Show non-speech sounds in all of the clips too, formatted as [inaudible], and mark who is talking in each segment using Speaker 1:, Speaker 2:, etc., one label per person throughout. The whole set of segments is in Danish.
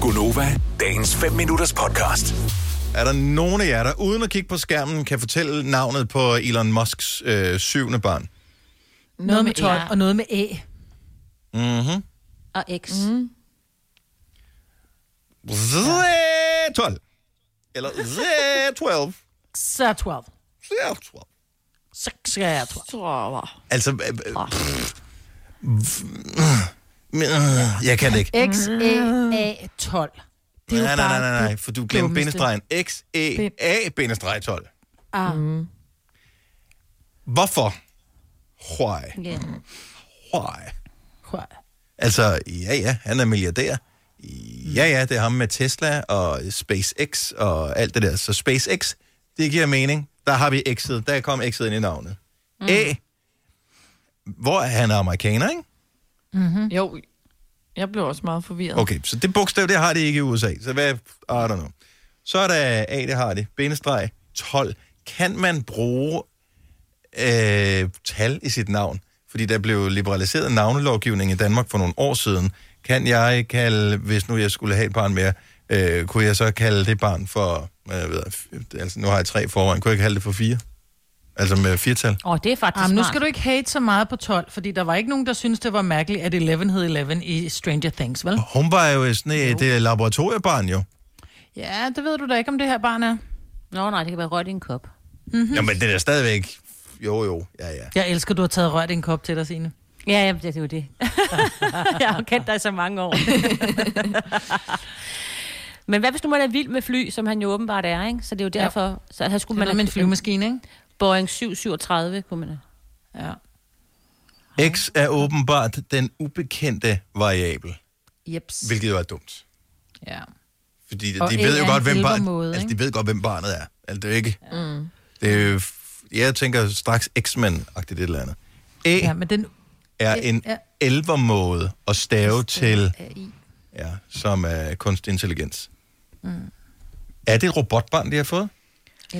Speaker 1: Gunova, dagens 5 minutters podcast.
Speaker 2: Er der nogen af jer, der uden at kigge på skærmen, kan fortælle navnet på Elon Musks øh, syvende barn?
Speaker 3: Noget med
Speaker 4: tolv,
Speaker 3: tolv, og noget med æ.
Speaker 2: Mhm.
Speaker 4: og X. Mm.
Speaker 2: Z- 12. Eller Z- 12.
Speaker 3: Så er 12.
Speaker 2: Z- 12.
Speaker 3: Så skal jeg 12.
Speaker 2: Altså, øh, øh, pff. Men, øh, jeg kan det ikke.
Speaker 3: X, E, A, 12. Det er jo
Speaker 2: Nej, nej,
Speaker 3: bare
Speaker 2: nej, nej, nej, for du glemte
Speaker 3: dummeste.
Speaker 2: bindestregen. X, E, A, bindestreg 12.
Speaker 3: Ah.
Speaker 2: Hvorfor? Why?
Speaker 4: Yeah.
Speaker 2: Why?
Speaker 3: Prøv.
Speaker 2: Altså, ja, ja, han er milliardær. Ja, ja, det er ham med Tesla og SpaceX og alt det der. Så SpaceX, det giver mening. Der har vi X'et. Der kom X'et ind i navnet. Mm. A. Hvor er han amerikaner, ikke?
Speaker 5: Jo, jeg blev også meget forvirret.
Speaker 2: Okay, så det bogstav, det har de ikke i USA. Så hvad, I don't know. Så er der A, det har det. Bindestreg 12. Kan man bruge øh, tal i sit navn? Fordi der blev liberaliseret navnelovgivning i Danmark for nogle år siden. Kan jeg kalde, hvis nu jeg skulle have et barn mere, øh, kunne jeg så kalde det barn for, øh, jeg ved, f- altså nu har jeg tre i forvejen, kunne jeg kalde det for fire? Altså med firtal?
Speaker 4: Åh, oh, det er faktisk
Speaker 3: Jamen, nu
Speaker 4: smart.
Speaker 3: skal du ikke hate så meget på 12, fordi der var ikke nogen, der syntes, det var mærkeligt, at 11 hed 11 i Stranger Things, vel?
Speaker 2: Hun var jo sådan et øh, laboratoriebarn jo.
Speaker 3: Ja, det ved du da ikke, om det her barn er.
Speaker 4: Nå, nej, det kan være rødt i en kop.
Speaker 2: Mm-hmm. Jamen det er da stadigvæk, jo jo, ja ja.
Speaker 3: Jeg elsker, du har taget rørt i en kop til dig, Signe.
Speaker 4: Ja, jamen, det er jo det. [laughs] jeg har jo kendt dig så mange [laughs] år. Men hvad hvis nu man er vild med fly, som han jo åbenbart er, ikke? Så det er jo derfor, ja. så her skulle
Speaker 3: Man
Speaker 4: man
Speaker 3: er med en flyvemaskine, ikke?
Speaker 4: Boeing 737, kunne man have.
Speaker 3: Ja.
Speaker 2: X er åbenbart den ubekendte variabel,
Speaker 3: Jeps.
Speaker 2: hvilket jo er dumt.
Speaker 3: Ja.
Speaker 2: Fordi de,
Speaker 3: Og
Speaker 2: de
Speaker 3: A
Speaker 2: ved jo
Speaker 3: er
Speaker 2: godt,
Speaker 3: en
Speaker 2: hvem barn,
Speaker 3: hjælpermåde,
Speaker 2: altså, de
Speaker 3: ikke?
Speaker 2: ved godt, hvem barnet er. Altså, det er jo ikke... Mm. Det er, jo f- jeg tænker straks X-Men-agtigt et eller andet. A
Speaker 3: ja, E- men den...
Speaker 2: er
Speaker 3: det
Speaker 2: en
Speaker 3: er-
Speaker 2: elvermåde at stave til, ja, som er kunstig intelligens. Mm. Er det et robotbarn, de har fået?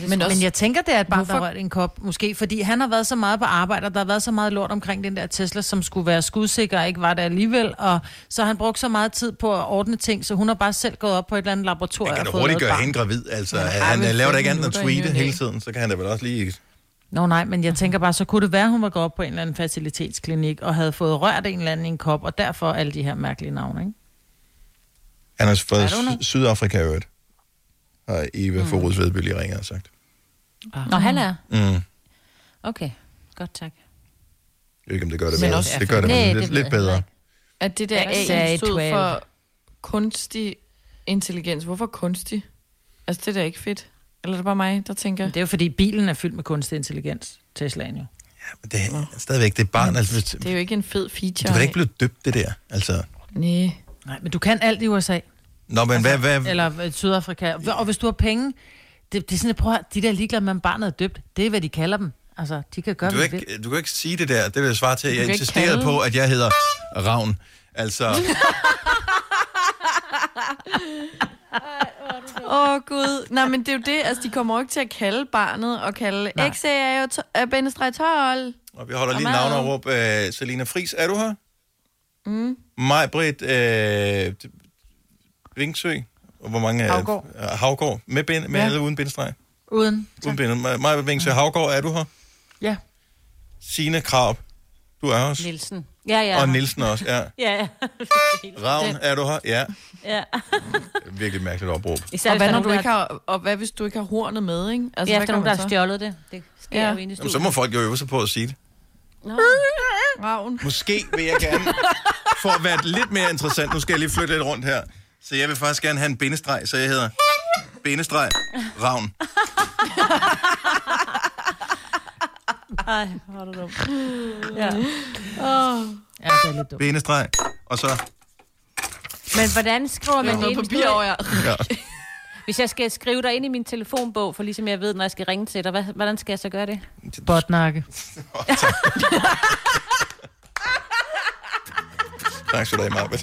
Speaker 3: Men, også, men jeg tænker, det er et barn, der
Speaker 5: Hvorfor-
Speaker 3: rørt i en kop, måske. Fordi han har været så meget på arbejde, og der har været så meget lort omkring den der Tesla, som skulle være skudsikker, og ikke var det alligevel. Og så har han brugt så meget tid på at ordne ting, så hun har bare selv gået op på et eller andet laboratorium
Speaker 2: Han kan
Speaker 3: og
Speaker 2: da
Speaker 3: fået
Speaker 2: hurtigt
Speaker 3: lavet et
Speaker 2: gøre
Speaker 3: barn.
Speaker 2: hende gravid. Altså,
Speaker 5: har
Speaker 2: han
Speaker 5: vel
Speaker 2: øh, laver da
Speaker 5: fem
Speaker 2: ikke andet end at
Speaker 5: minutter i ny
Speaker 2: tweete
Speaker 5: og næ.
Speaker 2: hele tiden, så kan han da vel også lige...
Speaker 3: Nå nej, men jeg tænker bare, så kunne det være, hun var gået op på en eller anden facilitetsklinik, og havde fået rørt en eller anden i en kop, og derfor alle de her mærkelige navne, ikke?
Speaker 2: Han har
Speaker 3: I
Speaker 2: fra
Speaker 3: don't know.
Speaker 2: Sy- Sydafrika i øvrigt. Har Eva mm. Forud Vedby lige ringer og sagt.
Speaker 4: Nå, han er.
Speaker 2: Mm.
Speaker 4: Okay, godt
Speaker 2: Jeg
Speaker 4: tak.
Speaker 2: ved ikke, om det gør det
Speaker 5: Men
Speaker 2: bedre.
Speaker 5: også-
Speaker 2: det gør det,
Speaker 4: Nej,
Speaker 2: men
Speaker 4: det
Speaker 2: lidt,
Speaker 4: ved
Speaker 2: lidt
Speaker 4: jeg heller
Speaker 2: bedre.
Speaker 4: ikke.
Speaker 5: At det der
Speaker 4: Jeg sagde
Speaker 5: A stod
Speaker 4: 12.
Speaker 5: for kunstig intelligens. Hvorfor kunstig? Altså, det er da ikke fedt. Eller er det bare mig, der tænker...
Speaker 3: Det er jo fordi, bilen er fyldt med kunstig intelligens, Teslaen jo.
Speaker 2: Men det er stadigvæk det er barn. Altså, hvis,
Speaker 5: Det er jo ikke en fed feature.
Speaker 2: du kan da ikke blive døbt, det der. Altså,
Speaker 5: Nej.
Speaker 3: Nej, men du kan alt i USA.
Speaker 2: nå, men hvad, hvad,
Speaker 3: Eller øh, Sydafrika. Hva- Og hvis du har penge, det, det er sådan, at prøv at høre, de der ligeglade med, om barnet er døbt, det er, hvad de kalder dem. Altså, de kan gøre,
Speaker 2: du,
Speaker 3: hvad
Speaker 2: kan
Speaker 3: de vil.
Speaker 2: ikke, du kan ikke sige det der. Det vil jeg svare til. Jeg
Speaker 5: kan ikke
Speaker 2: insisterede
Speaker 5: kalde-
Speaker 2: på, at jeg hedder Ravn. Altså,
Speaker 5: Åh, oh, Gud. Nej, men det er jo det. Altså, de kommer jo ikke til at kalde barnet og kalde
Speaker 3: Nej.
Speaker 5: XA er jo to- er bindestreg 12.
Speaker 2: og vi holder lige
Speaker 5: Og meget.
Speaker 2: navn over op. Øh, Selina Fris, er du her? Mm. Maj Britt øh, Vingsø. Og Hvor mange er
Speaker 3: Haugaard.
Speaker 2: Havgård. Med, bind, med
Speaker 3: Ja.
Speaker 2: eller uden bindestreg?
Speaker 3: Uden.
Speaker 2: Uden bind. Maj- Maj Britt Vingsø. Havgård, er du her?
Speaker 3: Ja.
Speaker 2: Signe Krab, du er også.
Speaker 4: Nielsen. Ja, ja.
Speaker 2: Og Nielsen også, ja.
Speaker 4: Ja, [laughs] ja.
Speaker 2: Ravn, er du her? Ja.
Speaker 4: ja.
Speaker 2: Virkelig mærkeligt opråb.
Speaker 4: Især
Speaker 5: Og
Speaker 4: hvis der
Speaker 5: hvad, når
Speaker 4: er nogen,
Speaker 5: du
Speaker 4: der
Speaker 5: ikke har, og hvad hvis du ikke har hornet med, ikke? Altså,
Speaker 4: Ja,
Speaker 5: hvad
Speaker 4: efter
Speaker 5: gør
Speaker 4: nogen, der
Speaker 5: man
Speaker 4: har
Speaker 5: så?
Speaker 4: stjålet det. Det sker
Speaker 5: Ja.
Speaker 4: jo inde i
Speaker 2: Jamen, så
Speaker 4: studiet.
Speaker 2: må folk jo øve sig på at sige det.
Speaker 4: Nå.
Speaker 5: Ravn.
Speaker 2: Måske vil jeg gerne, for at være lidt mere interessant, nu skal jeg lige flytte lidt rundt her, så jeg vil faktisk gerne have en bindestreg, så jeg hedder bindestreg Ravn.
Speaker 4: Ej, hvor er du dum. Ja.
Speaker 3: Ja, det er lidt dumt.
Speaker 2: Bindestreg, og så...
Speaker 4: Men hvordan skriver man det
Speaker 5: Noget
Speaker 4: ind
Speaker 5: papir
Speaker 4: i studiet?
Speaker 5: over jer.
Speaker 2: Ja.
Speaker 4: Hvis jeg skal skrive dig ind i min telefonbog, for ligesom jeg ved, når jeg skal ringe til dig, hvad, hvordan skal jeg så gøre det?
Speaker 3: Botnakke.
Speaker 2: Tak skal du have, Marbet.